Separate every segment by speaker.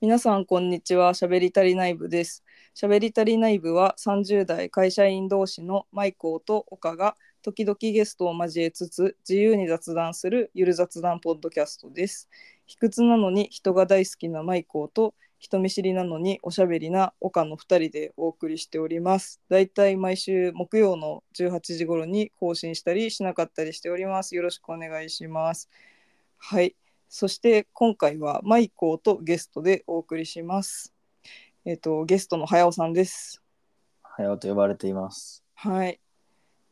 Speaker 1: 皆さんこんにちはしゃべりたり内部ですしゃべりたり内部は30代会社員同士のマイコーと岡が時々ゲストを交えつつ自由に雑談するゆる雑談ポッドキャストです卑屈なのに人が大好きなマイコーと人見知りなのにおしゃべりな岡の2人でお送りしておりますだいたい毎週木曜の18時頃に更新したりしなかったりしておりますよろしくお願いしますはいそして今回はマイコーとゲストでお送りします。えっ、とゲストの早尾さんです。
Speaker 2: はやおと呼ばれています。
Speaker 1: はい。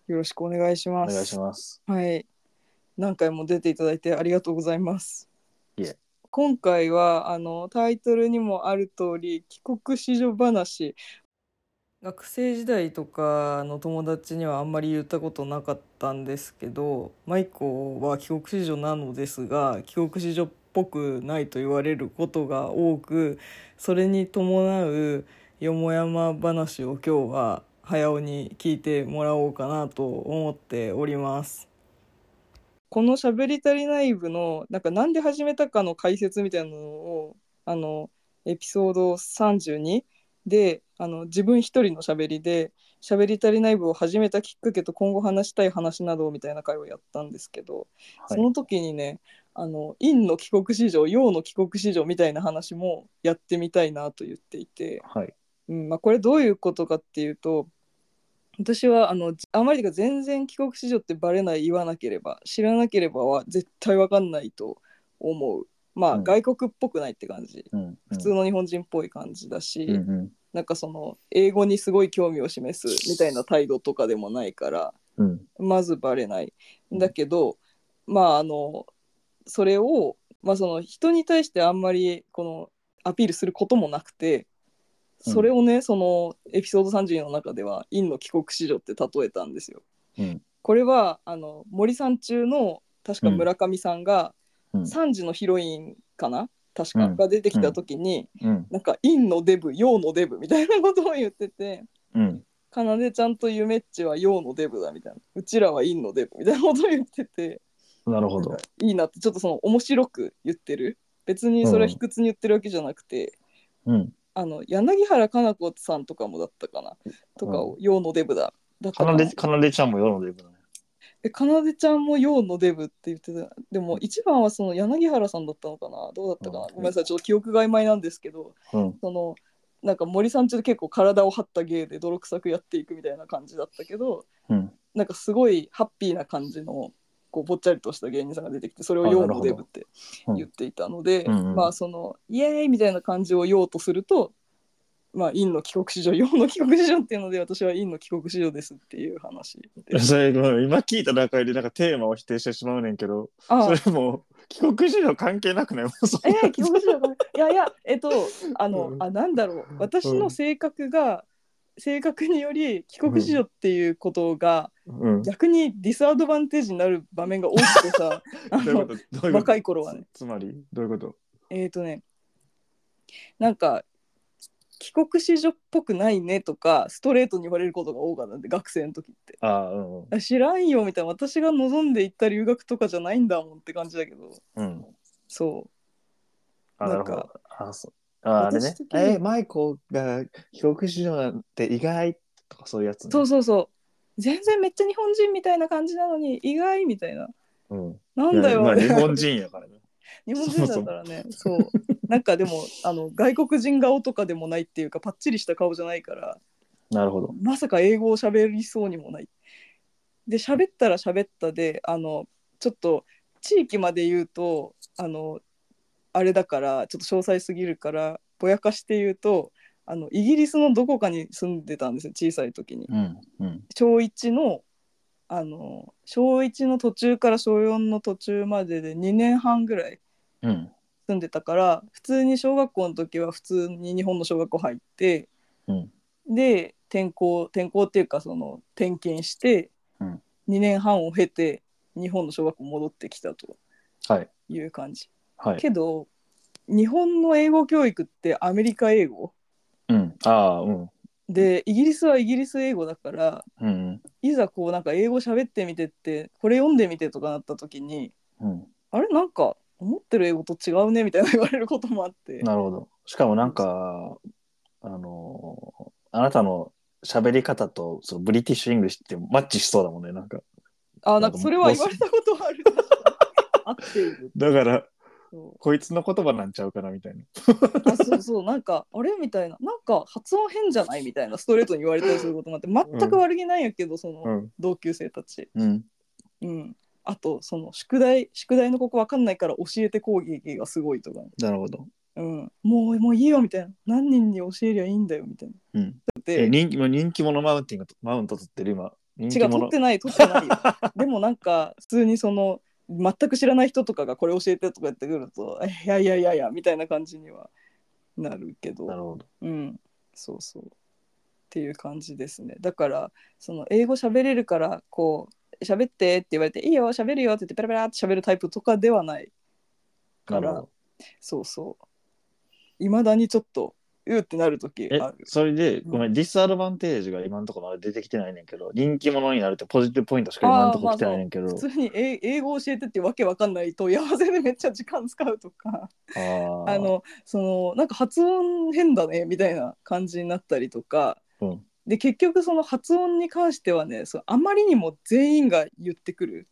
Speaker 1: よろしくお願いし
Speaker 2: お
Speaker 1: ます。
Speaker 2: 願いします。
Speaker 1: はい。何回も出ていただいてありがとうございます。
Speaker 2: いえ
Speaker 1: 今回はあのタイトルにもある通り帰国子女話。学生時代とかの友達にはあんまり言ったことなかったんですけど、マイコは帰国子女なのですが、帰国子女っぽくないと言われることが多く、それに伴うよもやま話を今日は早尾に聞いてもらおうかなと思っております。この「しゃべりたり内部の」なんかなんで始めたかの解説みたいなのをあのエピソード32であの自分一人のしゃべりで「しゃべりたり内部」を始めたきっかけと今後話したい話などみたいな回をやったんですけど、
Speaker 2: は
Speaker 1: そ
Speaker 2: い。
Speaker 1: の時にねあの陰の帰国子女陽の帰国子女みたいな話もやってみたいなと言っていて。
Speaker 2: はい。
Speaker 1: うんまあ、これどういうことかっていうと私はあのあまりが全然帰国子女ってバレない言わなければ知らなければは絶対わかんないと思うまあ、
Speaker 2: うん
Speaker 1: 外国っぽくないって感じ
Speaker 2: うん。
Speaker 1: 普通の日本人っぽい感じだし、
Speaker 2: うんうん
Speaker 1: なんかその英語にすごい興味を示すみたいな態度とかでもないから
Speaker 2: うん。
Speaker 1: まずバレない
Speaker 2: うん
Speaker 1: だけど、まああのそれを、まあ、その人に対してあんまりこのアピールすることもなくてそれをね、そのエピソード30の中では「院の帰国子女」って例えたんですよ。
Speaker 2: うん
Speaker 1: これはあの森さん中の確か村上さんが、
Speaker 2: うん
Speaker 1: 3時のヒロインかな確か、
Speaker 2: うん
Speaker 1: が出てきた時に、
Speaker 2: うん
Speaker 1: なんか「院のデブ陽のデブ」みたいなことを言ってて。
Speaker 2: うん。
Speaker 1: かなでちゃんとゆめっちは陽のデブだみたいなうちらは陰のデブみたいなことを言ってて
Speaker 2: なるほど。
Speaker 1: いいなってちょっとその面白く言ってる別にそれは卑屈に言ってるわけじゃなくて、
Speaker 2: うん。
Speaker 1: あの柳原加奈子さんとかもだったかなとかを陽のデブだだったか
Speaker 2: かな
Speaker 1: な
Speaker 2: で、かなでちゃんも世のデブだね。
Speaker 1: えかなでちゃんも陽のデブって言ってたでも一番はその柳原さんだったのかなどうだったかな、
Speaker 2: うん
Speaker 1: ごめんなさいちょっと記憶が曖昧なんですけど
Speaker 2: うん。
Speaker 1: そのなんか森さんちょっと結構体を張った芸で泥臭くやっていくみたいな感じだったけど
Speaker 2: うん。
Speaker 1: なんかすごいハッピーな感じのこうぽっちゃりとした芸人さんが出てきてそれを「
Speaker 2: あ
Speaker 1: 陽
Speaker 2: なる
Speaker 1: の
Speaker 2: ほど
Speaker 1: デブ」って言っていたので、
Speaker 2: うんうんうん
Speaker 1: まあその「イエーイ!」みたいな感じを「陽」とすると「まあ、陰の帰国子女陽の帰国子女」っていうので私は陰の帰国子女ですっていう話です。
Speaker 2: それ、ごめん今聞いた段階で、なんかテーマを否定してしまうねんけど、
Speaker 1: あ
Speaker 2: それもう、帰国子女関係なくないもうそん
Speaker 1: え
Speaker 2: な
Speaker 1: ー、帰国子女がいやいやえっとあの、
Speaker 2: うん
Speaker 1: あなんだろう私の性格が、性格により帰国子女っていうことが
Speaker 2: うん。ど
Speaker 1: 逆にディスアドバンテージになる場面が多くてさ あ
Speaker 2: ういうこ
Speaker 1: の
Speaker 2: とどう いうこと
Speaker 1: 若い頃はね。
Speaker 2: つつまり、どういうこと
Speaker 1: えーとねなんか帰国子女っぽくないねとかストレートに言われることが多かったんで学生の時って
Speaker 2: ああ、うん
Speaker 1: あ知らんよみたいな私が望んで行った留学とかじゃないんだもんって感じだけど
Speaker 2: うん。うん。
Speaker 1: そう
Speaker 2: あ、
Speaker 1: な
Speaker 2: なんる
Speaker 1: か
Speaker 2: ほど。あ、そう。ああれね
Speaker 1: 私。的に
Speaker 2: え、マイコが帰国子女なんて意外とかそういうやつね。
Speaker 1: そうそうそう全然めっちゃ日本人みたいな感じなのに意外みたいな
Speaker 2: うん。
Speaker 1: なんだよ、
Speaker 2: まあ、日本人やからね。
Speaker 1: 日本人だったらねそうなんかでもあの外国人顔とかでもないっていうかパッチリした顔じゃないから
Speaker 2: なるほど。
Speaker 1: まさか英語を喋りそうにもない。で喋ったら喋ったであのちょっと地域まで言うとあのあれだからちょっと詳細すぎるからぼやかして言うとあのイギリスのどこかに住んでたんですよ小さい時に。
Speaker 2: うん。うん。
Speaker 1: 小1のあの小1の途中から小4の途中までで2年半ぐらい
Speaker 2: うん。
Speaker 1: 住んでたから普通に小学校の時は普通に日本の小学校入って、
Speaker 2: うん
Speaker 1: で転校転校っていうかその転勤して、
Speaker 2: うん
Speaker 1: 2年半を経て日本の小学校戻ってきたと
Speaker 2: はい。
Speaker 1: いう感じ、
Speaker 2: はい。
Speaker 1: けど日本の英語教育ってアメリカ英語
Speaker 2: うん。ああ、うん。
Speaker 1: でイギリスはイギリス英語だから
Speaker 2: うん。
Speaker 1: いざこうなんか英語喋ってみてってこれ読んでみてとかなった時に
Speaker 2: うん。
Speaker 1: あれなんか思ってる英語と違うねみたいな言われることもあって
Speaker 2: なるほど。しかもなんか、あの、あなたの喋り方と、そのブリティッシュ・イングリッシュってマッチしそうだもんね、なんか。
Speaker 1: あ、
Speaker 2: な
Speaker 1: なんん
Speaker 2: か
Speaker 1: かそれは言われたことある。確かに 合っている。
Speaker 2: だから、
Speaker 1: そう
Speaker 2: こいつの言葉なんちゃうかな、みたいな。
Speaker 1: あそうそうなんかあれみたいななんか発音変じゃないみたいなストレートに言われたりすることもあって全く悪気ないんやけど、その
Speaker 2: うん。
Speaker 1: 同級生たち、
Speaker 2: うん。
Speaker 1: うん、あとその宿題宿題のここわかんないから教えて攻撃がすごいとか、
Speaker 2: なるほど。
Speaker 1: うん、もうもういいよみたいな何人に教えりゃいいんだよみたいな
Speaker 2: うん。え、
Speaker 1: で
Speaker 2: 人気、人気者マウンティングと、マウント取ってる今。人
Speaker 1: 違
Speaker 2: 気
Speaker 1: う取
Speaker 2: 者
Speaker 1: ってない取ってないよでもなんか普通にその全く知らない人とかがこれ教えてとかやってくるとえいやいやいやいやみたいな感じにはなるけど
Speaker 2: なるほど。
Speaker 1: うん、そうそう。っていう感じですね。だから、その英語喋れるから、こう、喋ってって言われて、いいよ、喋るよって言って、ペラペラって喋るタイプとかではない。か
Speaker 2: な
Speaker 1: ら
Speaker 2: るほど。
Speaker 1: そうそう。いまだにちょっと、うーってなるとき
Speaker 2: え
Speaker 1: ある。
Speaker 2: それで、
Speaker 1: うん
Speaker 2: ごめん、ディスアドバンテージが今のところまだ出てきてないねんけど、人気者になるってポジティブポイントしか今のところ来てないねんけど、あ
Speaker 1: 普通に英英語教えてってわけわかんない問い合わせでめっちゃ時間使うとか、
Speaker 2: ー
Speaker 1: あの、その、なんか発音変だねみたいな感じになったりとか、
Speaker 2: うん
Speaker 1: で結局その発音に関してはねそうあまりにも全員が言ってくる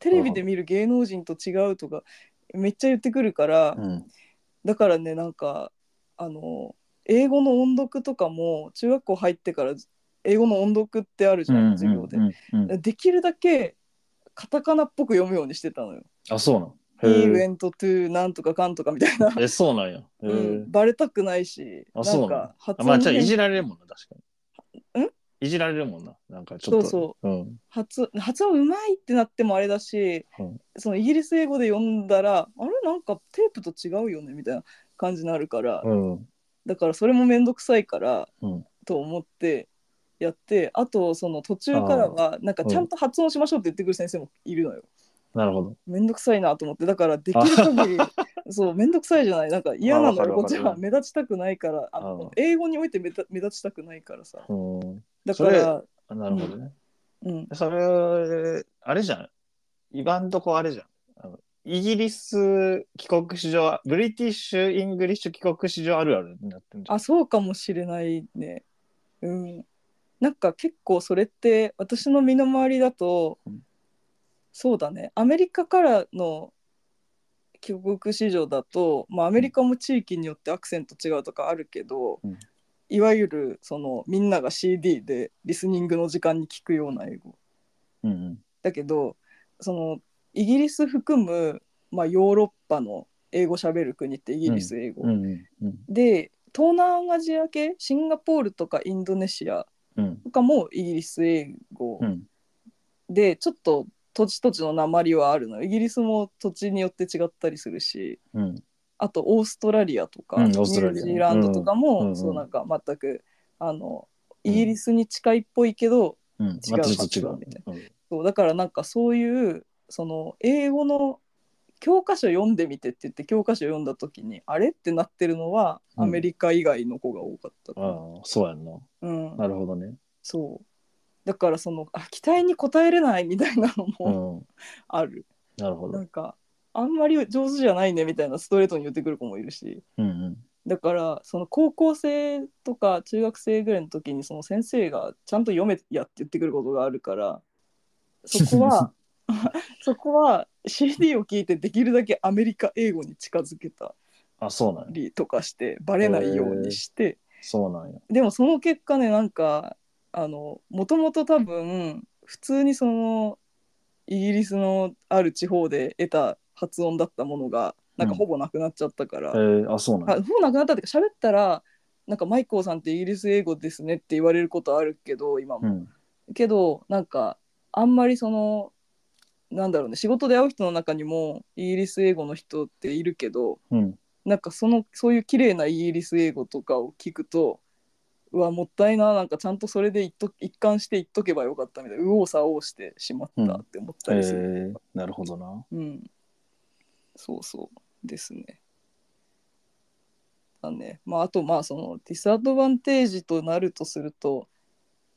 Speaker 1: テレビで見る芸能人と違うとかめっちゃ言ってくるから、
Speaker 2: うん、
Speaker 1: だからねなんかあの英語の音読とかも中学校入ってから英語の音読ってあるじゃん、授業で、
Speaker 2: うんうんうん
Speaker 1: できるだけカタカナっぽく読むようにしてたのよ。
Speaker 2: あ、そう
Speaker 1: イ
Speaker 2: なん。へー
Speaker 1: ーウェントトゥーなんとかかんとかみたいな、
Speaker 2: え、そうなんや。へ
Speaker 1: う
Speaker 2: ー
Speaker 1: ん、バレたくないし
Speaker 2: あそう
Speaker 1: なん
Speaker 2: な
Speaker 1: ん
Speaker 2: だ
Speaker 1: か発
Speaker 2: あ
Speaker 1: 音
Speaker 2: まあ、じゃあ、
Speaker 1: 変
Speaker 2: いじられるもんな、確かに。
Speaker 1: ん
Speaker 2: いじられるもんな。なんか、ちょっと。。
Speaker 1: そう
Speaker 2: うん。
Speaker 1: 発発音うまいってなってもあれだし、
Speaker 2: うん
Speaker 1: そのイギリス英語で読んだらあれなんかテープと違うよねみたいな感じになるから、
Speaker 2: うん。
Speaker 1: だからそれも面倒くさいから、
Speaker 2: うん
Speaker 1: と思ってやってあとその途中からはなんかちゃんと発音しましょうって言ってくる先生もいるのよ。
Speaker 2: なるほど。
Speaker 1: 面倒くさいなと思ってだからできる限り そう面倒くさいじゃないなんか嫌なの
Speaker 2: あ
Speaker 1: よ
Speaker 2: わ
Speaker 1: こ
Speaker 2: か
Speaker 1: っ
Speaker 2: る
Speaker 1: ち
Speaker 2: わか
Speaker 1: は
Speaker 2: る
Speaker 1: 目立ちたくないからあの
Speaker 2: うん
Speaker 1: 英語において目立目立ちたくないからさ
Speaker 2: うん。
Speaker 1: だから
Speaker 2: あなるほどね。
Speaker 1: うん
Speaker 2: それ、あれじゃん。今んとこあれじゃん。あのイギリス帰国史上、ブリティッシュ・イングリッシュ帰国史上あるあるになってんじゃん。
Speaker 1: あそうかもしれないねうんなんか結構それって私の身の回りだと、
Speaker 2: うん
Speaker 1: そうだねアメリカからの帰国市場だと、まあ、アメリカも地域によってアクセント違うとかあるけど、
Speaker 2: うん
Speaker 1: いわゆるそのみんなが CD でリスニングの時間に聞くような英語
Speaker 2: うんうん。
Speaker 1: だけどそのイギリス含む、まあ、ヨーロッパの英語喋る国ってイギリス英語、
Speaker 2: うんうんうん
Speaker 1: で東南アジア系シンガポールとかインドネシア
Speaker 2: うん
Speaker 1: とかもイギリス英語、
Speaker 2: うん
Speaker 1: でちょっと土地土地の鉛はあるのイギリスも土地によって違ったりするし
Speaker 2: うん
Speaker 1: あとオーストラリアとか、
Speaker 2: うん
Speaker 1: ニュ
Speaker 2: オーストラ
Speaker 1: ー
Speaker 2: リア
Speaker 1: ジーランドとかも、
Speaker 2: うんうん
Speaker 1: そうなんか全くあの
Speaker 2: うん
Speaker 1: イギリスに近いっぽいけど、
Speaker 2: うん
Speaker 1: 違う
Speaker 2: またちょっと違
Speaker 1: 違
Speaker 2: う
Speaker 1: うみたい。
Speaker 2: うん
Speaker 1: そうだからなんかそういうその英語の教科書読んでみてって言って教科書読んだ時にあれってなってるのはアメリカ以外の子が多かったかな、
Speaker 2: ああ、そうやんな。
Speaker 1: うん、
Speaker 2: なるほどね。
Speaker 1: そうだからそのあ期待に応えれないみたいなの
Speaker 2: う
Speaker 1: も
Speaker 2: ん。
Speaker 1: ある、
Speaker 2: なるほ
Speaker 1: な
Speaker 2: ど。
Speaker 1: んかあんまり上手じゃないねみたいなストレートに言ってくる子もいるし
Speaker 2: うんうん。
Speaker 1: だからその高校生とか中学生ぐらいの時にその先生がちゃんと読めやって言ってくることがあるからそこ はそこは CD を聞いてできるだけアメリカ英語に近づけた
Speaker 2: あ、そうなんや。
Speaker 1: りとかしてバレないようにして。
Speaker 2: そうなんや。
Speaker 1: でもその結果ねなんかあのもともと多分普通にそのイギリスのある地方で得た発音だったものがなん
Speaker 2: う
Speaker 1: か
Speaker 2: ん
Speaker 1: ほぼなくなっちゃったから、
Speaker 2: えー、あ、そうなん
Speaker 1: あ
Speaker 2: や。
Speaker 1: ほぼなくなったっていうか喋ったらなんかマイコーさんってイギリス英語ですねって言われることあるけど今
Speaker 2: う
Speaker 1: も、
Speaker 2: ん。
Speaker 1: けどなんかあんまりそのなんだろうね仕事で会う人の中にもイギリス英語の人っているけど、
Speaker 2: うん。
Speaker 1: なんかそのそういう綺麗なイギリス英語とかを聞くとうわもったいななんかちゃんとそれで言っと一貫して言っとけばよかったみたいな右往左往してしまったって思っ
Speaker 2: え
Speaker 1: たりする、
Speaker 2: ー、なるほどな。
Speaker 1: うんそうそうですね。だねまあ、あとまあそのディスアドバンテージとなるとすると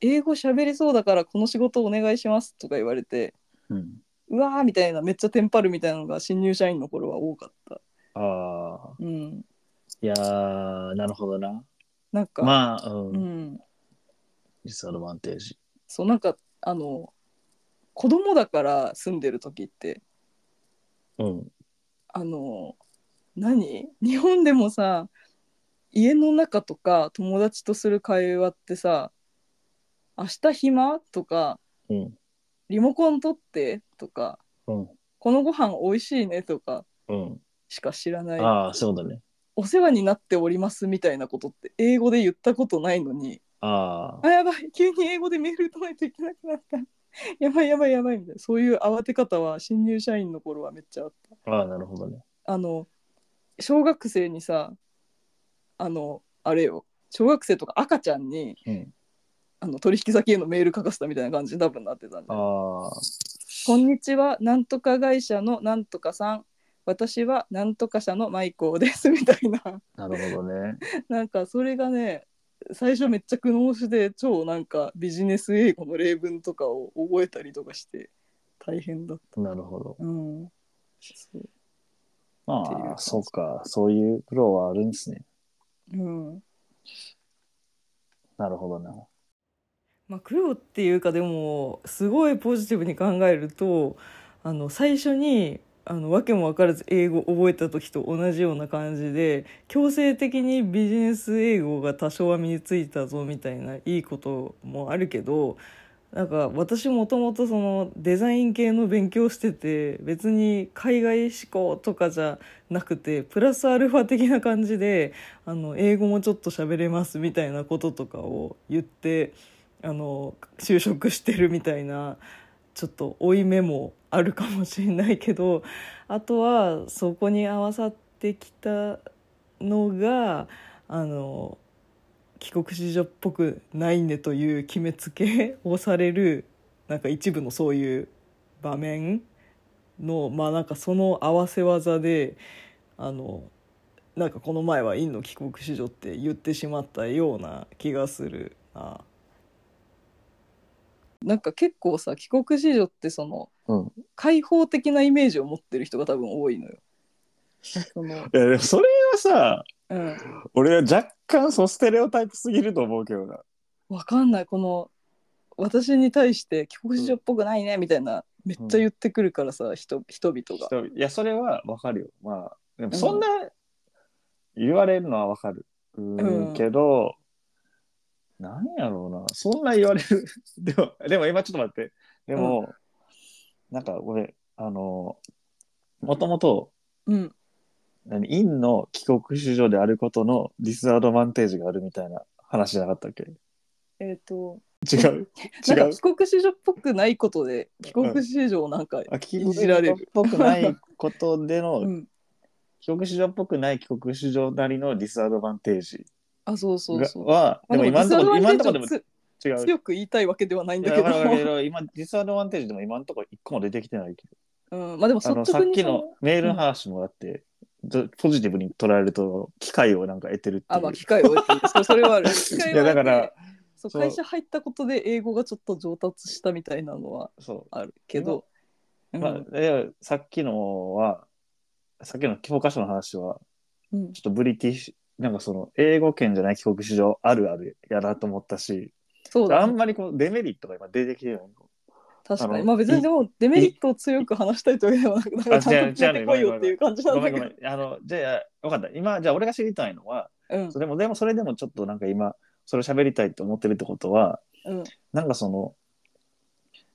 Speaker 1: 英語喋りそうだからこの仕事お願いしますとか言われて
Speaker 2: うん。
Speaker 1: うわーみたいなめっちゃテンパるみたいなのが新入社員の頃は多かった。
Speaker 2: ああ、
Speaker 1: うん、
Speaker 2: いやー、なるほどな。
Speaker 1: なんか、
Speaker 2: まあ、う。
Speaker 1: うんん、
Speaker 2: ディスアドバンテージ。
Speaker 1: そうなんかあの子供だから住んでる時って
Speaker 2: うん。
Speaker 1: あの何日本でもさ家の中とか友達とする会話ってさ「明日暇?」とか
Speaker 2: うん。
Speaker 1: 「リモコン取って」とか
Speaker 2: うん。
Speaker 1: 「このご飯美味しいね」とか
Speaker 2: うん。
Speaker 1: しか知らない
Speaker 2: ああ、そうだね。
Speaker 1: 「お世話になっております」みたいなことって英語で言ったことないのに
Speaker 2: あ
Speaker 1: あやばい急に英語でメール打たないといけなくなった やばいやばいやばいみたいなそういう慌て方は新入社員の頃はめっちゃあった
Speaker 2: あ、ああ、なるほどね。
Speaker 1: あの小学生にさあのあれよ小学生とか赤ちゃんに
Speaker 2: うん。
Speaker 1: あの取引先へのメール書かせたみたいな感じに多分なってたんで
Speaker 2: ああ、
Speaker 1: こんにちはなんとか会社のなんとかさん私はなんとか社のマイコーです」 みたいな
Speaker 2: なるほどね。
Speaker 1: なんかそれがね最初めっちゃ苦悩して超なんかビジネス英語の例文とかを覚えたりとかして大変だっ
Speaker 2: なるほど。
Speaker 1: た。うんそうっていう
Speaker 2: ま
Speaker 1: 感
Speaker 2: あ、
Speaker 1: じ
Speaker 2: そうか。そういう苦労はあるんですね。
Speaker 1: うん
Speaker 2: なるほどな。
Speaker 1: まあ、苦労っていうかでもすごいポジティブに考えるとあの最初にあの訳も分からず英語を覚えた時と同じような感じで強制的にビジネス英語が多少は身についたぞみたいないいこともあるけどなんか私もともとそのデザイン系の勉強してて別に海外志向とかじゃなくてプラスアルファ的な感じであの英語もちょっと喋れますみたいなこととかを言って。あの就職してるみたいなちょっと負い目もあるかもしれないけどあとはそこに合わさってきたのがあの帰国子女っぽくないねという決めつけ をされるなんか一部のそういう場面のまあなんかその合わせ技であのなんかこの前は「院の帰国子女」って言ってしまったような気がするな。なんか結構さ帰国子女ってその
Speaker 2: うん。
Speaker 1: 開放的なイメージを持ってる人が多分多いのよ。その
Speaker 2: いや、でもそれはさ、
Speaker 1: うん、
Speaker 2: 俺は若干そうステレオタイプすぎると思うけどな。
Speaker 1: わかんないこの私に対して帰国子女っぽくないねみたいな、めっちゃ言ってくるからさ人人々が。
Speaker 2: 人いや、それはわかるよ。まあ、でもそんな言われるのはわかる。うー
Speaker 1: うん
Speaker 2: ん、けど、なんやろうな。そんな言われる。でも、でも今ちょっと待って。でも、なんか俺、あの、もともと、
Speaker 1: うん、
Speaker 2: 何、インの帰国子女であることのディスアドバンテージがあるみたいな話じゃなかったっけ
Speaker 1: えっ、と
Speaker 2: 違う違
Speaker 1: なんか
Speaker 2: う
Speaker 1: 帰国子女っぽくないことで帰国子女をなんか、
Speaker 2: あ帰
Speaker 1: い
Speaker 2: 国
Speaker 1: じ
Speaker 2: 子
Speaker 1: られ
Speaker 2: 女
Speaker 1: る
Speaker 2: っぽくないことでの、
Speaker 1: うん
Speaker 2: 帰国子女っぽくない帰国子女なりのディスアドバンテージ
Speaker 1: あそうそう
Speaker 2: が
Speaker 1: そう。
Speaker 2: はでも今のところ今のところでも
Speaker 1: で
Speaker 2: 違う。
Speaker 1: 強く言いたいわけではないん
Speaker 2: い
Speaker 1: だ
Speaker 2: や
Speaker 1: け
Speaker 2: わかるわかる
Speaker 1: ど、
Speaker 2: わかる今ディスアドバンテージでも今のところ一個も出てきてないけ
Speaker 1: うん、まあでも率直
Speaker 2: どあの
Speaker 1: にそ
Speaker 2: さっきのメールの話もだって、どポジティブに捉えると機会をなんか得てるってい
Speaker 1: あ
Speaker 2: う、
Speaker 1: まあ機会を得てるそうそれはある 機会を得て
Speaker 2: いやだから
Speaker 1: そう
Speaker 2: そう
Speaker 1: 会社入ったことで英語がちょっと上達したみたいなのは
Speaker 2: そ
Speaker 1: あるけど、う
Speaker 2: う、
Speaker 1: ん
Speaker 2: まあ、いやさっきのはさっきの教科書の話は
Speaker 1: うん
Speaker 2: ちょっとブリティッシュなんかその英語圏じゃない帰国子女あるあるやなと思ったし
Speaker 1: そう
Speaker 2: あ
Speaker 1: だ、
Speaker 2: ん
Speaker 1: ね、
Speaker 2: まりこのデメリットが今出てきてない
Speaker 1: 確か
Speaker 2: あ
Speaker 1: に
Speaker 2: の
Speaker 1: まあ別にでもデメリットを強く話したいというわけではなくなんかちゃんと
Speaker 2: 違
Speaker 1: 出
Speaker 2: う違う
Speaker 1: てこいよっていう感じな
Speaker 2: ご
Speaker 1: ん
Speaker 2: め
Speaker 1: だ
Speaker 2: ん
Speaker 1: け
Speaker 2: ご
Speaker 1: ど
Speaker 2: めん。あの、じゃあ、わかった。今、じゃあ俺が知りたいのは、
Speaker 1: うん
Speaker 2: それも、でもそれでもちょっとなんか今、それを喋りたいと思ってるってことは、
Speaker 1: うん
Speaker 2: なんかその、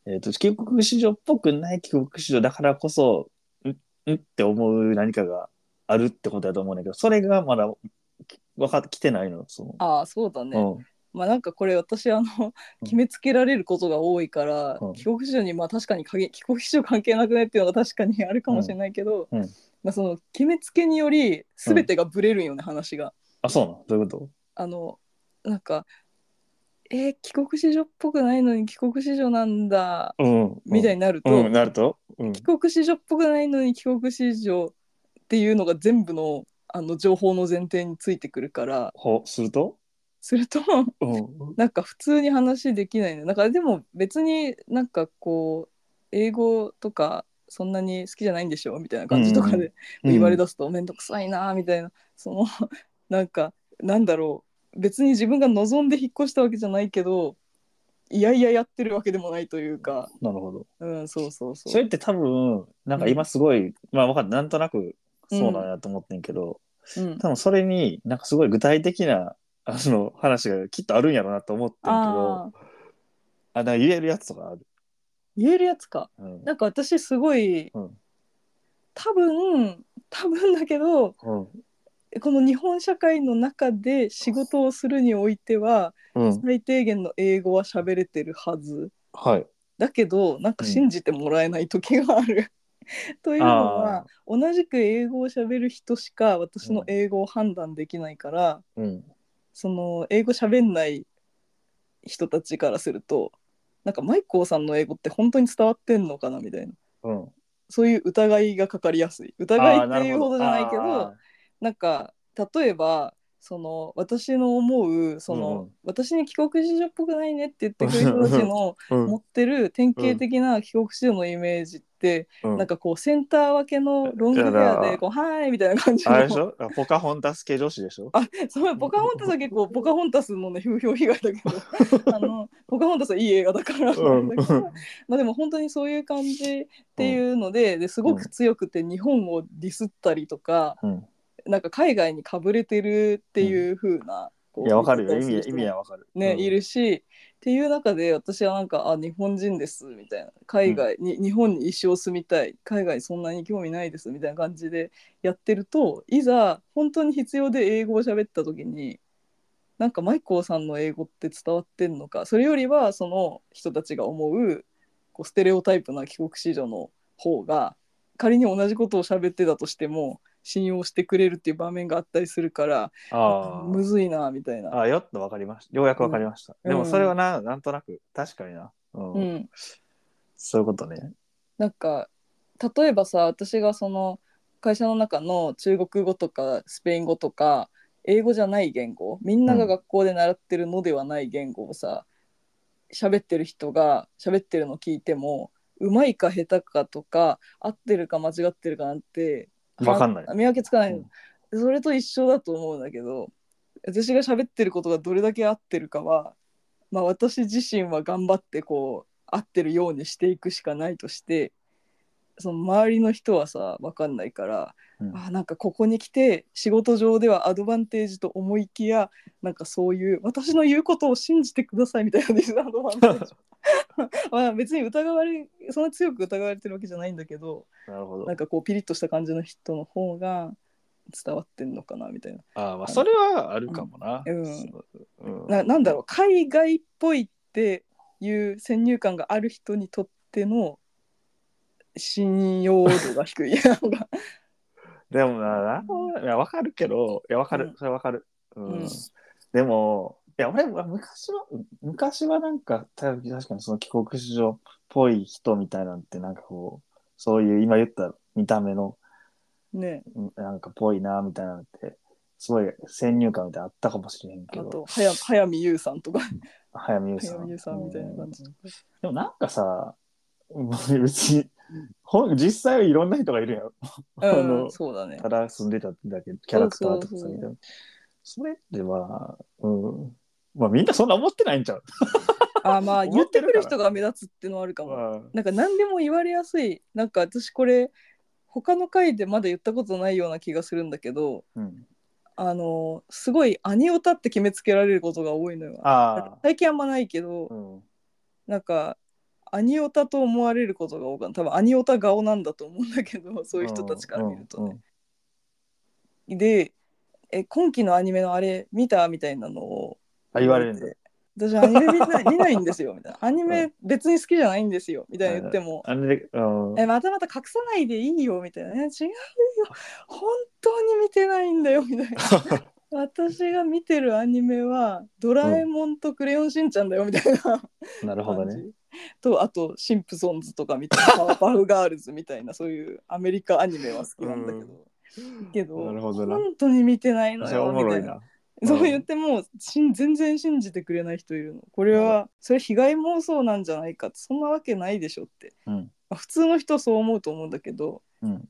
Speaker 2: えっ、と、帰国子女っぽくない帰国子女だからこそ、んんって思う何かがあるってことだと思うんだけど、それがまだ、きわか、来てないの、その。
Speaker 1: ああそうだね、まあなんかこれ私あの
Speaker 2: ん
Speaker 1: 決めつけられることが多いから、
Speaker 2: うん
Speaker 1: 帰国子女にまあ確かに影帰国子女関係なくねっていうのが確かにあるかもしれないけど、
Speaker 2: うんうん
Speaker 1: まあ、その決めつけにより全てがブレるんよね、話が。
Speaker 2: あ、そうなのどういうこと
Speaker 1: あのなんか「えー帰国子女っぽくないのに帰国子女なんだ
Speaker 2: うんうん」。
Speaker 1: みたい
Speaker 2: い
Speaker 1: になると、
Speaker 2: うん、なると。うん。
Speaker 1: 帰国子女っぽくないのに帰国子女っていうのが全部のあの情報の前提についてくるから
Speaker 2: ほ、すると
Speaker 1: すると
Speaker 2: うん。
Speaker 1: なんか普通に話できないのなんかでも別になんかこう英語とかそんなに好きじゃないんでしょみたいな感じとかで
Speaker 2: うん
Speaker 1: 言われ出すと面倒くさいなみたいなその なんかなんだろう別に自分が望んで引っ越したわけじゃないけどいやいややってるわけでもないというか、
Speaker 2: なるほど。
Speaker 1: うん、そうそうそう。
Speaker 2: それって多分、なんか今すごい、まあ分かった、なんとなくそうなんやと思ってんけど、
Speaker 1: うん、
Speaker 2: 多分それになんかすごい具体的なあの話がきっとあるんやろうなと思ってんけど、あ
Speaker 1: ああ
Speaker 2: なんか言えるやつとかある。
Speaker 1: 言えるやつか。
Speaker 2: うん。
Speaker 1: なんか私すごい、
Speaker 2: うん
Speaker 1: 多分多分だけど
Speaker 2: うん。
Speaker 1: この日本社会の中で仕事をするにおいては
Speaker 2: うん。
Speaker 1: 最低限の英語は喋れてるはず
Speaker 2: はい。
Speaker 1: だけどなんか信じてもらえない時がある。 というのは同じく英語を喋る人しか私の英語を判断できないから、
Speaker 2: うん。
Speaker 1: その英語喋んない人たちからするとなんかマイコーさんの英語って本当に伝わってんのかなみたいな
Speaker 2: うん。
Speaker 1: そういう疑いがかかりやすい疑いっていうほどじゃないけどな
Speaker 2: あ
Speaker 1: んか例えばその私の思うその、
Speaker 2: うんうん
Speaker 1: 私に帰国子女っぽくないねって言ってくる人たちの
Speaker 2: ーなる
Speaker 1: 持
Speaker 2: ほ
Speaker 1: ってる典型的な帰国子女のイメージって、
Speaker 2: どうん。
Speaker 1: なんかこうセンター分けのロングヘアでこう「はーい」みたいな感じの
Speaker 2: あれでしょポカホンタス系女子でしょ
Speaker 1: あ、そう、ポカホンタスは結構、ポカホンタスのね、風評被害だけ ど。あの、ポカホンタスはいい映画だから。
Speaker 2: うん
Speaker 1: だけど まあ、でも、本当にそういう感じっていうので、ですごく強くて、日本をディスったりとか。
Speaker 2: うん。
Speaker 1: なんか海外にかぶれてるっていう風な。こう
Speaker 2: いや、わかるよ。
Speaker 1: 言い方を
Speaker 2: 意
Speaker 1: す
Speaker 2: 味、
Speaker 1: 人
Speaker 2: 意味はわかる。
Speaker 1: ね、
Speaker 2: うん
Speaker 1: い。るしっていう中で私はなんかあ日本人ですみたいな海外に、日本に一生住みたい海外そんなに興味ないですみたいな感じでやってるといざ本当に必要で英語を喋った時になんかマイコーさんの英語って伝わってんのかそれよりはその人たちが思うこうステレオタイプな帰国子女の方が仮に同じことを喋ってたとしても信用してくれるっていう場面があったりするから
Speaker 2: あ
Speaker 1: むずいなみたい
Speaker 2: あ。
Speaker 1: な。
Speaker 2: ああ、やっとわかりました。ようやくわかりました。
Speaker 1: うん
Speaker 2: でもそれはな、なんとなく、確かにな。うん。
Speaker 1: うん
Speaker 2: そういうこと ね。
Speaker 1: なんか例えばさ私がその会社の中の中国語とかスペイン語とか英語じゃない言語みんなが学校で習ってるのではない言語をさ喋ってる人が喋ってるの聞いてもうまいか下手かとか合ってるか間違ってるかなんて
Speaker 2: わかんない
Speaker 1: は見分けつかないの、それと一緒だと思うんだけど私が喋ってることがどれだけ合ってるかはまあ、私自身は頑張ってこう合ってるようにしていくしかないとしてその周りの人はさ分かんないから、
Speaker 2: うん
Speaker 1: あなんかここに来て仕事上ではアドバンテージと思いきやなんかそういう私の言うことを信じてくださいみたいなディ スアドバンテージまあ別に疑われそんな強く疑われてるわけじゃないんだけど
Speaker 2: なるほど
Speaker 1: なん。かこうピリッとした感じの人の方が伝わってんのかなみたいな。
Speaker 2: ああ、まあ、それはあるかもな。
Speaker 1: うん
Speaker 2: うん
Speaker 1: ななんだろう海外っぽいっていう先入観がある人にとっての信用度が 低いなんか
Speaker 2: でもな、ないやわかるけど、いや、わか
Speaker 1: う
Speaker 2: る
Speaker 1: ん。
Speaker 2: それわかる。うん
Speaker 1: うん
Speaker 2: でも、いや、俺は昔は、昔はなんか、た確かにその帰国子女っぽい人みたいなんて、なんかこう、そういう今言った見た目の、
Speaker 1: ね
Speaker 2: うんなんかぽいな、みたいなのって、すごい先入観みたいなのあったかもしれへん
Speaker 1: あ
Speaker 2: けど、
Speaker 1: と早早見優さんとか
Speaker 2: 早見優さ
Speaker 1: 早
Speaker 2: ん。
Speaker 1: 見優さんみたいな感じ
Speaker 2: うんでもなんかさ、もう別に、ほん実際はいろんな人がいるやん。あ
Speaker 1: う
Speaker 2: の
Speaker 1: んそうだね
Speaker 2: ただ住んでただけキャラクターとかさみたいなそれってまあうんまあみんなそんな思ってないんちゃう、
Speaker 1: あまあ
Speaker 2: 思
Speaker 1: 言
Speaker 2: っ
Speaker 1: って
Speaker 2: て
Speaker 1: く
Speaker 2: るから
Speaker 1: る人が目立つっていうのはあるかも
Speaker 2: ま
Speaker 1: なんか何でも言われやすいなんか私これ他の回でまだ言ったことないような気がするんだけど
Speaker 2: あうん、
Speaker 1: あのすごい兄オタって決めつけられることが多いのよ
Speaker 2: あ
Speaker 1: 最近あんまないけど
Speaker 2: あ、うん、
Speaker 1: なんかアニオタと思われることが多かった多分アニオタ顔なんだと思うんだけどそういう人たちから見るとね。でえ今期のアニメのあれ見たみたいなのを
Speaker 2: あ言われるんだ
Speaker 1: 私アニメ見ない見ないんですよみたいなアニメ別に好きじゃないんですよみたいな言っても。
Speaker 2: あれで、 うん、
Speaker 1: えまたまた隠さないでいいよみたいな、ね、違うよ本当に見てないんだよみたいな私が見てるアニメは「ドラえもんとクレヨンしんちゃん」だよみたいな、
Speaker 2: なるほどね
Speaker 1: 感じとあとシンプソンズとかみたいなパワーパフガールズみたいなそういうアメリカアニメは好きなんだけど、けど
Speaker 2: なるほどな
Speaker 1: 本当に見てないの
Speaker 2: それお
Speaker 1: よ
Speaker 2: も
Speaker 1: み
Speaker 2: ろ
Speaker 1: た
Speaker 2: い
Speaker 1: いな
Speaker 2: な
Speaker 1: そう言ってもしん全然信じてくれない人いるのこれはそれ被害妄想なんじゃないかってそんなわけないでしょって、
Speaker 2: うん
Speaker 1: まあ普通の人はそう思うと思うんだけど
Speaker 2: うん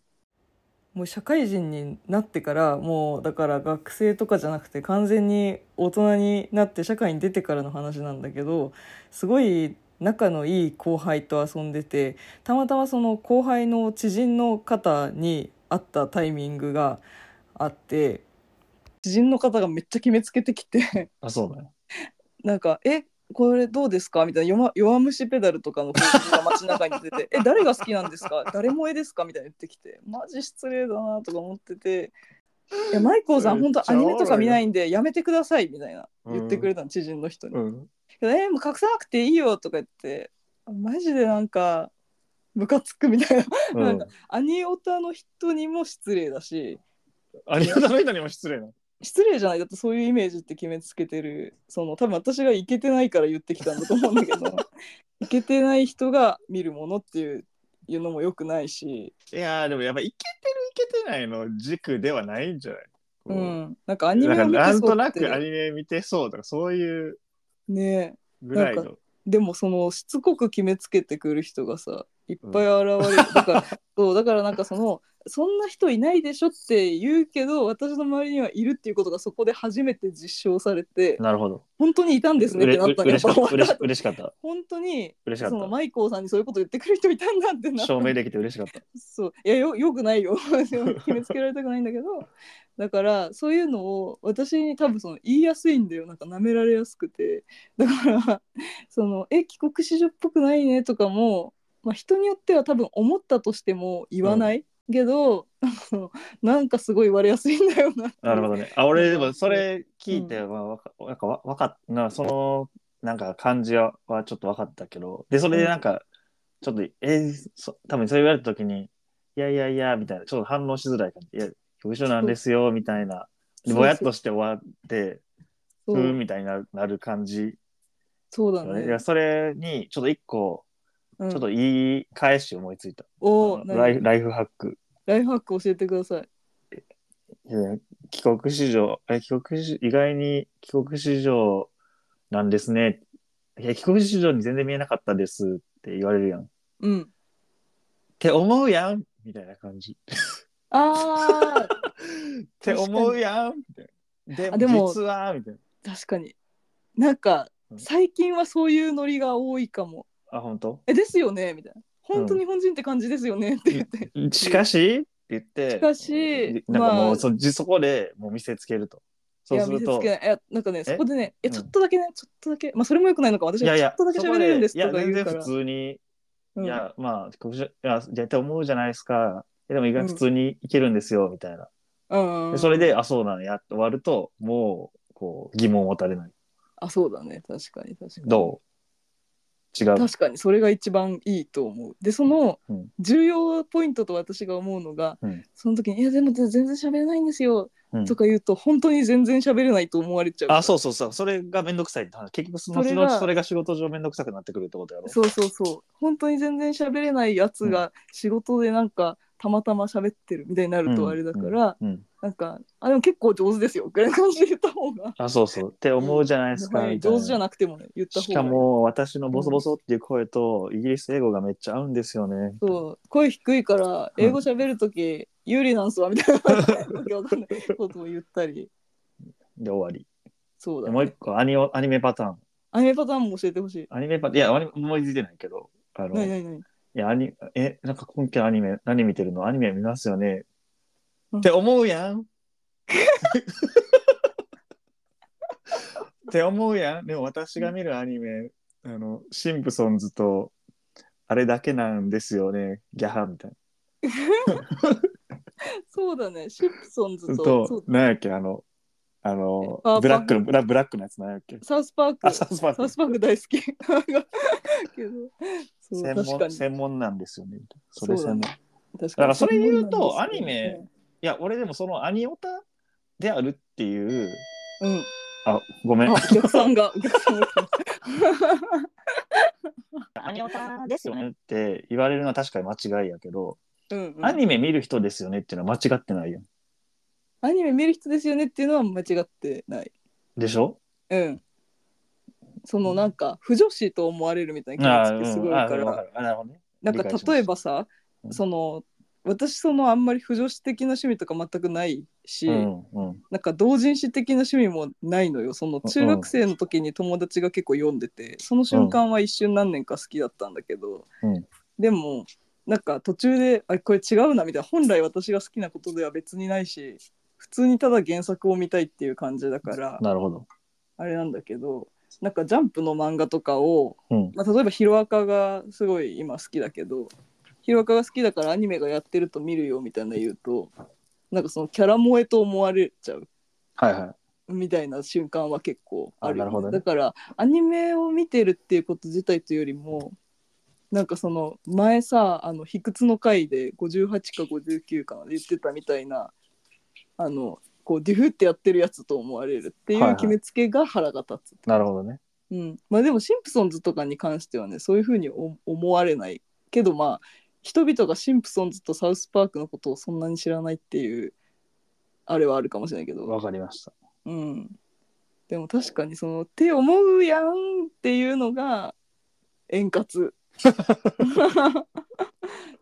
Speaker 1: 妄もう社会人になってからもうだから学生とかじゃなくて完全に大人になって社会に出てからの話なんだけどすごい仲のいい後輩と遊んでてたまたまその後輩の知人の方に会ったタイミングがあって知人の方がめっちゃ決めつけてきて
Speaker 2: あ、そうだよ。
Speaker 1: なんか「えこれどうですか?」みたいな弱弱虫ペダルとかの広告が街中に出てて「え誰が好きなんですか誰萌えですか?」みたいな言ってきてマジ失礼だなとか思ってて「いやマイコーさん
Speaker 2: め
Speaker 1: 本
Speaker 2: っちゃ
Speaker 1: 当アニメとか見ないんでやめてください」みたいな
Speaker 2: うん
Speaker 1: 言ってくれたの、知人の人に。
Speaker 2: うん。
Speaker 1: けどえーもう隠さなくていいよとか言ってマジでなんかムカつくみたいな
Speaker 2: う
Speaker 1: なん
Speaker 2: ん
Speaker 1: か。アニオタの人にも失礼だし
Speaker 2: ありがたいのにも失礼な。
Speaker 1: 失礼じゃないだってそういうイメージって決めつけてるその多分私がイケてないから言ってきたんだと思うんだけ どイケてない人が見るものっていういうのもよくないし、
Speaker 2: いやーでもやっぱいけてるいけてないの軸ではないんじゃない
Speaker 1: う、
Speaker 2: こうん
Speaker 1: なんかアニ
Speaker 2: な
Speaker 1: メ
Speaker 2: んか
Speaker 1: を見て
Speaker 2: なん
Speaker 1: そ
Speaker 2: と
Speaker 1: う
Speaker 2: な
Speaker 1: って
Speaker 2: くアニメ見てそうとかそういう
Speaker 1: ね
Speaker 2: ぐらい
Speaker 1: な
Speaker 2: の。
Speaker 1: でもそのしつこく決めつけてくる人がさいっぱい現れる、だから そうだからなんかそのそんな人いないでしょって言うけど私の周りにはいるっていうことがそこで初めて実証されて
Speaker 2: なるほど。
Speaker 1: 本当にいたんですねってなったんやっぱ
Speaker 2: 嬉し嬉しかった。
Speaker 1: 本当に
Speaker 2: 嬉しか
Speaker 1: その
Speaker 2: っ
Speaker 1: マイコーさんにそういうこと言ってくる人いたんだってな
Speaker 2: た。
Speaker 1: った
Speaker 2: 証明できて嬉し かった。
Speaker 1: そういやよよくないよ 決めつけられたくないんだけどだからそういうのを私に多分その言いやすいんだよなんか舐められやすくてだからその「え帰国子女っぽくないね」とかも、まあ、人によっては多分思ったとしても言わない、けど あのなんかすごい言われやすいんだよな
Speaker 2: なるほ
Speaker 1: ど
Speaker 2: どね。あ俺でもそれ聞いて、まあわかなんかわわかっなそのなんか感じははちょっとわかったけどでそれでなんかちょっとえー、そ多分それ言われた時にいやいやいやみたいなちょっと反応しづらい感じいや局所なんですよみたいなでぼやっとして終わって
Speaker 1: そううん
Speaker 2: みたいになるなる感じ、
Speaker 1: そうだ
Speaker 2: い
Speaker 1: ね
Speaker 2: やそれにちょっと一個
Speaker 1: うん
Speaker 2: ちょっといい返し思いついた、
Speaker 1: お
Speaker 2: あ
Speaker 1: ー
Speaker 2: のラ
Speaker 1: 何
Speaker 2: イフライフハック
Speaker 1: ライフハック教えてください
Speaker 2: いや帰国子女、え、帰国子女、意外に帰国子女なんですね。いや、帰国子女に全然見えなかったですって言われるやん。っ
Speaker 1: うん
Speaker 2: て思うやんみたいな 感じ。
Speaker 1: あー
Speaker 2: って思うやんみたいな。で
Speaker 1: あでも
Speaker 2: 実はみたいな。
Speaker 1: 確かになんか
Speaker 2: うん
Speaker 1: 最近はそういうノリが多いかも
Speaker 2: あ、本当
Speaker 1: 「えですよね」みたいな「本当日本人って感じですよね」って言って、
Speaker 2: しかしって言って。
Speaker 1: しかし
Speaker 2: なんかもう、
Speaker 1: まあ
Speaker 2: そじそこでもう見せつけると。そ
Speaker 1: いうや
Speaker 2: す
Speaker 1: 見
Speaker 2: る
Speaker 1: せつ
Speaker 2: と。
Speaker 1: けないいやなんかねそこでね「いや
Speaker 2: うん
Speaker 1: ちょっとだけねちょっとだけまあそれもよくないのか私
Speaker 2: い
Speaker 1: は
Speaker 2: やい
Speaker 1: ちょ
Speaker 2: や
Speaker 1: っ、とだけ
Speaker 2: そ
Speaker 1: 喋
Speaker 2: こ
Speaker 1: れるんです」
Speaker 2: い
Speaker 1: とか
Speaker 2: や、
Speaker 1: 言
Speaker 2: 全
Speaker 1: う
Speaker 2: 然
Speaker 1: か
Speaker 2: 普
Speaker 1: ら
Speaker 2: 通に
Speaker 1: うん
Speaker 2: いや、まあ、帰国者、いや、絶対思うじゃないですか。えでも意外に普通にいけるんですよ、みたいな。
Speaker 1: うん
Speaker 2: でそれで、あ、そうなのやって終わると、もう、こう、疑問を持たれない。
Speaker 1: あそうだね確かに確かに
Speaker 2: どう違う。
Speaker 1: 確かにそれが一番いいと思うでその
Speaker 2: うん
Speaker 1: 重要ポイントと私が思うのが、
Speaker 2: うん
Speaker 1: その時に「いやでも全然喋れないんですよ」
Speaker 2: うん
Speaker 1: とか言うと本当に全然喋れないと思われちゃうから
Speaker 2: あ、そうそうそう。それがめんどくさいって話。結局、その
Speaker 1: それ
Speaker 2: 後
Speaker 1: が
Speaker 2: 々それが仕事上めんどくさくなってくるってことやろ。
Speaker 1: そうそうそう本当に全然喋れないやつが仕事でなんかたまたま喋ってるみたいになるとあれだから、
Speaker 2: うん。うん
Speaker 1: なんか「あでも結構上手ですよ」ぐらいの感じで言った方が、
Speaker 2: あ、そうそう。って思うじゃないですか。
Speaker 1: はい
Speaker 2: みたい
Speaker 1: 上手じゃなくてもね言った
Speaker 2: し
Speaker 1: 方
Speaker 2: か
Speaker 1: が
Speaker 2: も、私のボソボソっていう声と、イギリス英語がめっちゃ合うんですよね。
Speaker 1: そう声低いから英語喋る時有利なんすわみたいなわけわかんないことを言ったり
Speaker 2: で、終わり。
Speaker 1: そう
Speaker 2: で
Speaker 1: だ、
Speaker 2: もう一
Speaker 1: ね、
Speaker 2: 個アニオ、アニメパターン。
Speaker 1: アニメパターンも教えてほしい。
Speaker 2: アニメパターン、いや、アニメ思いついてないけど、あの、
Speaker 1: ないないない
Speaker 2: いや、アニ、え、なんか今期のアニメ、何見てるのアニメ見ますよね。
Speaker 1: うん
Speaker 2: って思うやん。 って思うやん。でも私が見るアニメ、あの、シンプソンズと、あれだけなんですよね。ギャハみたい
Speaker 1: そうだねシンプソンズ
Speaker 2: な。
Speaker 1: と
Speaker 2: と
Speaker 1: そう、
Speaker 2: なんやっけ、あの、あの
Speaker 1: えパ、ワー
Speaker 2: ブラッ
Speaker 1: パ
Speaker 2: クの、ブラブラックのやつなんやっけ。
Speaker 1: サウスパーク
Speaker 2: あ、サウスパー
Speaker 1: サウ
Speaker 2: ク。
Speaker 1: スパーク大好き けどそう
Speaker 2: 専
Speaker 1: 確か
Speaker 2: 門、
Speaker 1: に
Speaker 2: 専門なんですよね。みたいなそれ
Speaker 1: そう
Speaker 2: 専
Speaker 1: だ
Speaker 2: 門。
Speaker 1: ねだ
Speaker 2: だからそれ言うとアニメ、いや、俺でもそのアニオタであるっていう、
Speaker 1: うん、
Speaker 2: あ、ごめん
Speaker 1: あお。客さんがお客さんが
Speaker 2: アニオタですよねって言われるのは確かに間違いやけど、
Speaker 1: うん、うん
Speaker 2: アニメ見る人ですよねっていうのは間違ってないやん。
Speaker 1: アニメ見る人ですよねっていうのは間違ってない
Speaker 2: でしょ
Speaker 1: うんそのなんか不女子と思われるみたい
Speaker 2: あ
Speaker 1: な気持ちすごい
Speaker 2: あ
Speaker 1: か
Speaker 2: うんあわからるあなるほどね。
Speaker 1: なんか
Speaker 2: 理解しました
Speaker 1: 例えばさ
Speaker 2: うん
Speaker 1: その私そのあんまり不女子的な趣味とか全くないし、
Speaker 2: うんうん
Speaker 1: なんか同人誌的な趣味もないのよその
Speaker 2: うん
Speaker 1: 中学生の時に友達が結構読んでてその瞬間は一瞬何年か好きだったんだけど、
Speaker 2: うん
Speaker 1: でもなんか途中であこれ違うなみたいな本来私が好きなことでは別にないし普通にただ原作を見たいっていう感じだから
Speaker 2: なるほど。
Speaker 1: あれなんだけどなんかジャンプの漫画とかを、
Speaker 2: うん
Speaker 1: まあ、例えばヒロアカがすごい今好きだけどヒロアカが好きだからアニメがやってると見るよみたいな言うとなんかそのキャラ萌えと思われちゃう。
Speaker 2: はいはい。
Speaker 1: みたいな瞬間は結構あるよ
Speaker 2: あなるほどね
Speaker 1: だからアニメを見てるっていうこと自体というよりもなんかその前さあの卑屈の回で58か59かで言ってたみたいなあのこうデュフってやってるやつと思われるって
Speaker 2: はい
Speaker 1: い
Speaker 2: は
Speaker 1: う
Speaker 2: い
Speaker 1: 決めつけが腹が立つ、
Speaker 2: なるほどね。
Speaker 1: うん、まあでもシンプソンズとかに関してはねそういうふうにお思われないけどまあ人々がシンプソンズとサウスパークのことをそんなに知らないっていうあれはあるかもしれないけど
Speaker 2: わかりました。
Speaker 1: うん、でも確かにそのって思うやんっていうのが円滑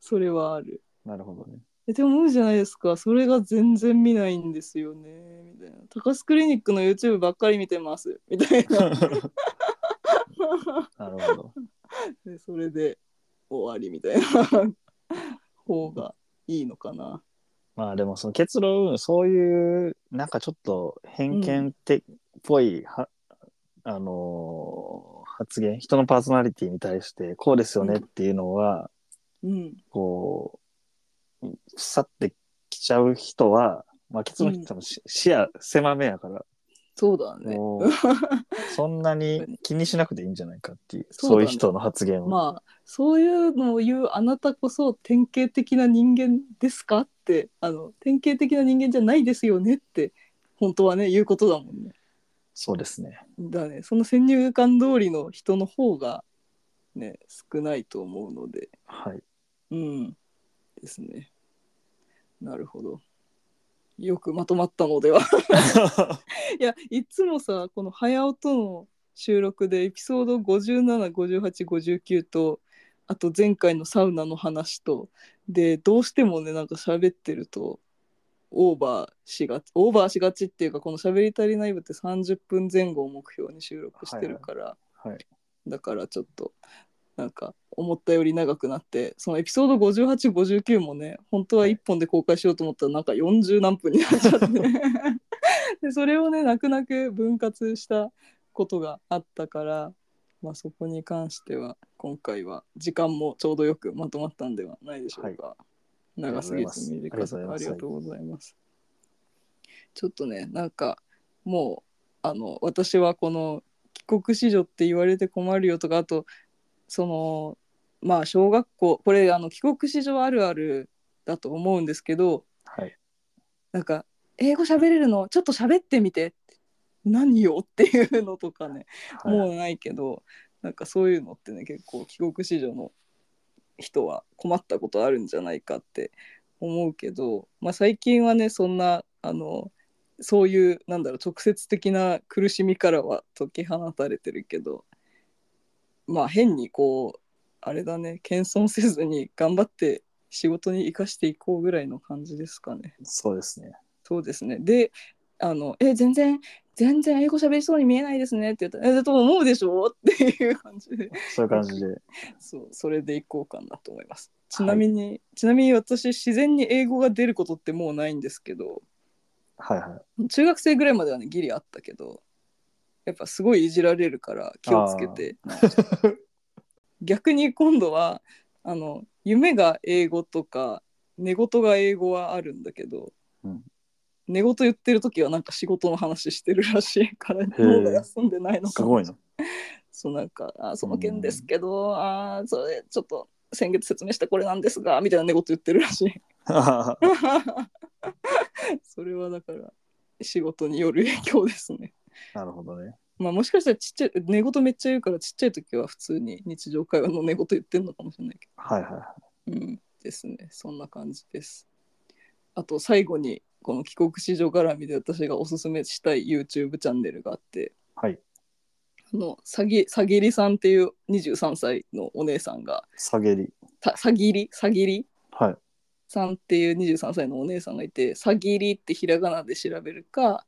Speaker 1: それはある
Speaker 2: なるほどね。
Speaker 1: えって思うじゃないですかそれが全然見ないんですよねみたいな高須クリニックの YouTube ばっかり見てますみたいな
Speaker 2: なるほど。
Speaker 1: でそれで終わりみたいな 方がいいのかな
Speaker 2: まあでもその結論、そういうなんかちょっと偏見てっぽいは、あのー発言、人のパーソナリティに対してこうですよねっていうのは、
Speaker 1: うん
Speaker 2: こう、腐ってきちゃう人は、まあ結論
Speaker 1: うん
Speaker 2: 多分し視野狭めやから、
Speaker 1: そうだね
Speaker 2: もう そんなに気にしなくていいんじゃないかっていう、
Speaker 1: そ
Speaker 2: そうう,、
Speaker 1: だね
Speaker 2: いう人の発言を。
Speaker 1: まあそういうのを言うあなたこそ典型的な人間ですかってあの典型的な人間じゃないですよねって本当はね言うことだもんね。
Speaker 2: そうですね。
Speaker 1: だねその先入観通りの人の方がね少ないと思うので
Speaker 2: はい。
Speaker 1: うんですね。なるほど。よくまとまったので は。いやいつもさこの「早音」の収録でエピソード575859とあと前回のサウナの話とでどうしてもねなんか喋ってるとオーバーしがちオーバーしがちっていうかこの「喋り足りない部」って30分前後を目標に収録してるから、
Speaker 2: はい。
Speaker 1: だからちょっとなんか思ったより長くなってそのエピソード5859もね本当は1本で公開しようと思ったらなんか40何分になっちゃって でそれをね泣く泣く分割したことがあったから、まあ、そこに関しては今回は時間もちょうどよくまとまったんではないでしょうか。長すぎず見てください。
Speaker 2: あ
Speaker 1: あり
Speaker 2: りが
Speaker 1: が
Speaker 2: と
Speaker 1: とうございます。ちょっとねなんかもうあの私はこの帰国子女って言われて困るよとかあとそのまあ小学校これあの帰国子女あるあるだと思うんですけど
Speaker 2: はい。
Speaker 1: なんか英語喋れるのちょっと喋ってみて何よっていうのとかね
Speaker 2: はい
Speaker 1: もうないけど、なんかそういうのってね結構帰国子女の人は困ったことあるんじゃないかって思うけど、まあ、最近はねそんなあのそういうなんだろう直接的な苦しみからは解き放たれてるけどまあ変にこうあれだね謙遜せずに頑張って仕事に生かしていこうぐらいの感じですかね。
Speaker 2: そうですね。
Speaker 1: そうですね。で、あの、え、全然、全然英語喋りそうに見えないですねって言ったら、え、だと思うでしょっていう感じで、
Speaker 2: そういう感じで。
Speaker 1: そう、それでいこうかなと思います。ちなみに、ちなみに私、自然に英語が出ることってもうないんですけど、
Speaker 2: はいは
Speaker 1: 中学生ぐらいまではね、ギリあったけど、やっぱすごいいじられるから気をつけて。 逆に今度は、あの、夢が英語とか、寝言が英語はあるんだけど、
Speaker 2: うん
Speaker 1: 寝言言ってる時はなんか仕事の話してるらしいから脳が休んでない
Speaker 2: い。
Speaker 1: の
Speaker 2: す
Speaker 1: か
Speaker 2: ごい な。
Speaker 1: そうなんかあその件ですけど、あーそれちょっと先月説明したこれなんですがみたいな寝言言ってるらしい それはだから仕事による影響ですね
Speaker 2: なるほどね。
Speaker 1: まあもしかしたらちっちゃい寝言めっちゃ言うからちっちゃい時は普通に日常会話の寝言言ってるのかもしれないけど
Speaker 2: はいはいは
Speaker 1: うんですねそんな感じですあと最後にこの帰国子女絡みで私がおすすめしたい YouTube チャンネルがあって
Speaker 2: い。はい。
Speaker 1: あのさぎさぎりさんっていう23歳のお姉さんが
Speaker 2: 下げり。
Speaker 1: たさぎりさぎり
Speaker 2: はい。
Speaker 1: さんっていう23歳のお姉さんがいて「さぎり」ってひらがなで調べるか、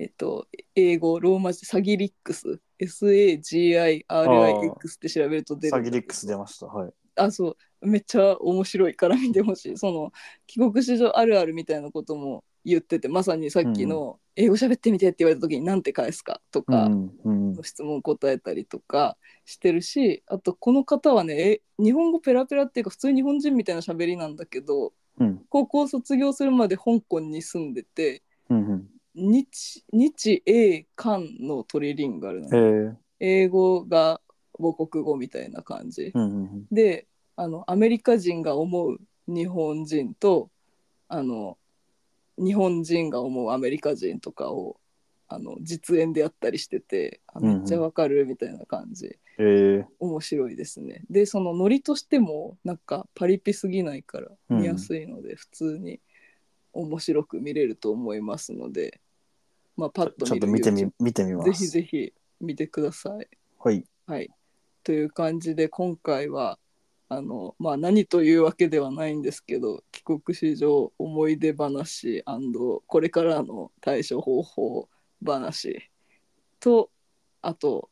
Speaker 1: えっと、英語ローマ字「サギリックス」SAGIRIX って調べると出る
Speaker 2: サ
Speaker 1: んだけ
Speaker 2: ギ
Speaker 1: ど
Speaker 2: リックス出ました。はい。
Speaker 1: あそうめっちゃ面白いから見てほしいその帰国子女あるあるみたいなことも言っててまさにさっきの「英語喋ってみて」って言われた時に何て返すかと
Speaker 2: う
Speaker 1: か、
Speaker 2: ん。うん。
Speaker 1: 質問答えたりとかしてるしあとこの方はねえ日本語ペラペラっていうか普通日本人みたいな喋りなんだけど
Speaker 2: うん。
Speaker 1: 高校卒業するまで香港に住んでて
Speaker 2: うん。
Speaker 1: 日日英韓のトリリンガルな
Speaker 2: ええ
Speaker 1: の。英語が母国語みたいな感じ
Speaker 2: うんうん。
Speaker 1: であのアメリカ人が思う日本人とあの日本人が思うアメリカ人とかをあの実演でやったりしててあ
Speaker 2: うんう
Speaker 1: め
Speaker 2: ん
Speaker 1: っちゃわかるみたいな感じ、
Speaker 2: ええ
Speaker 1: 面白いですねでそのノリとしてもなんかパリピすぎないから見やすいので、普通に面白く見れると思いますのでまあパッと
Speaker 2: ちょっ
Speaker 1: 見
Speaker 2: と
Speaker 1: る
Speaker 2: 見てみ
Speaker 1: YouTube、
Speaker 2: 見てみます。
Speaker 1: ぜひぜひ見てください
Speaker 2: はい。
Speaker 1: はい、という感じで今回はあの、まあ、何というわけではないんですけど帰国子女思い出話これからの対処方法話とあと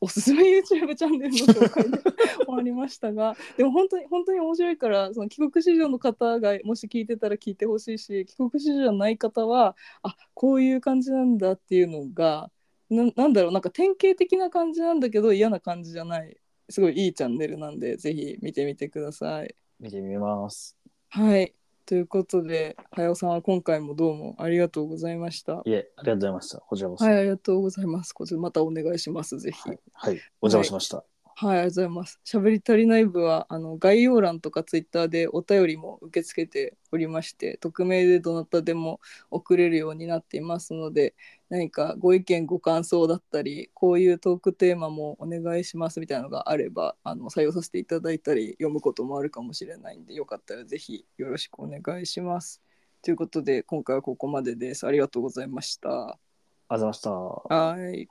Speaker 1: おすすめ YouTube チャンネルの紹介で 終わりましたがでも本当に本当に面白いからその帰国子女の方がもし聞いてたら聞いてほしいし帰国子女じゃない方はあこういう感じなんだっていうのがななんだろうなんか典型的な感じなんだけど嫌な感じじゃないすごいいいチャンネルなんでぜひ見てみてください。
Speaker 2: 見てみます。
Speaker 1: はいということで早尾さんは今回もどうもありがとうございました。
Speaker 2: いえ、ありがとうございました。こちらこそ。
Speaker 1: はいありがとうございます。こちらまたお願いしますぜひ。
Speaker 2: はい。はいお邪魔しました。
Speaker 1: はい、ありがとうございます。喋り足りない部は、あの概要欄とかツイッターでお便りも受け付けておりまして、匿名でどなたでも送れるようになっていますので、何かご意見、ご感想だったり、こういうトークテーマもお願いしますみたいなのがあれば、あの採用させていただいたり、読むこともあるかもしれないんで、よかったらぜひよろしくお願いします。ということで、今回はここまでです。ありがとうございました。
Speaker 2: ありがとうございました。
Speaker 1: はい。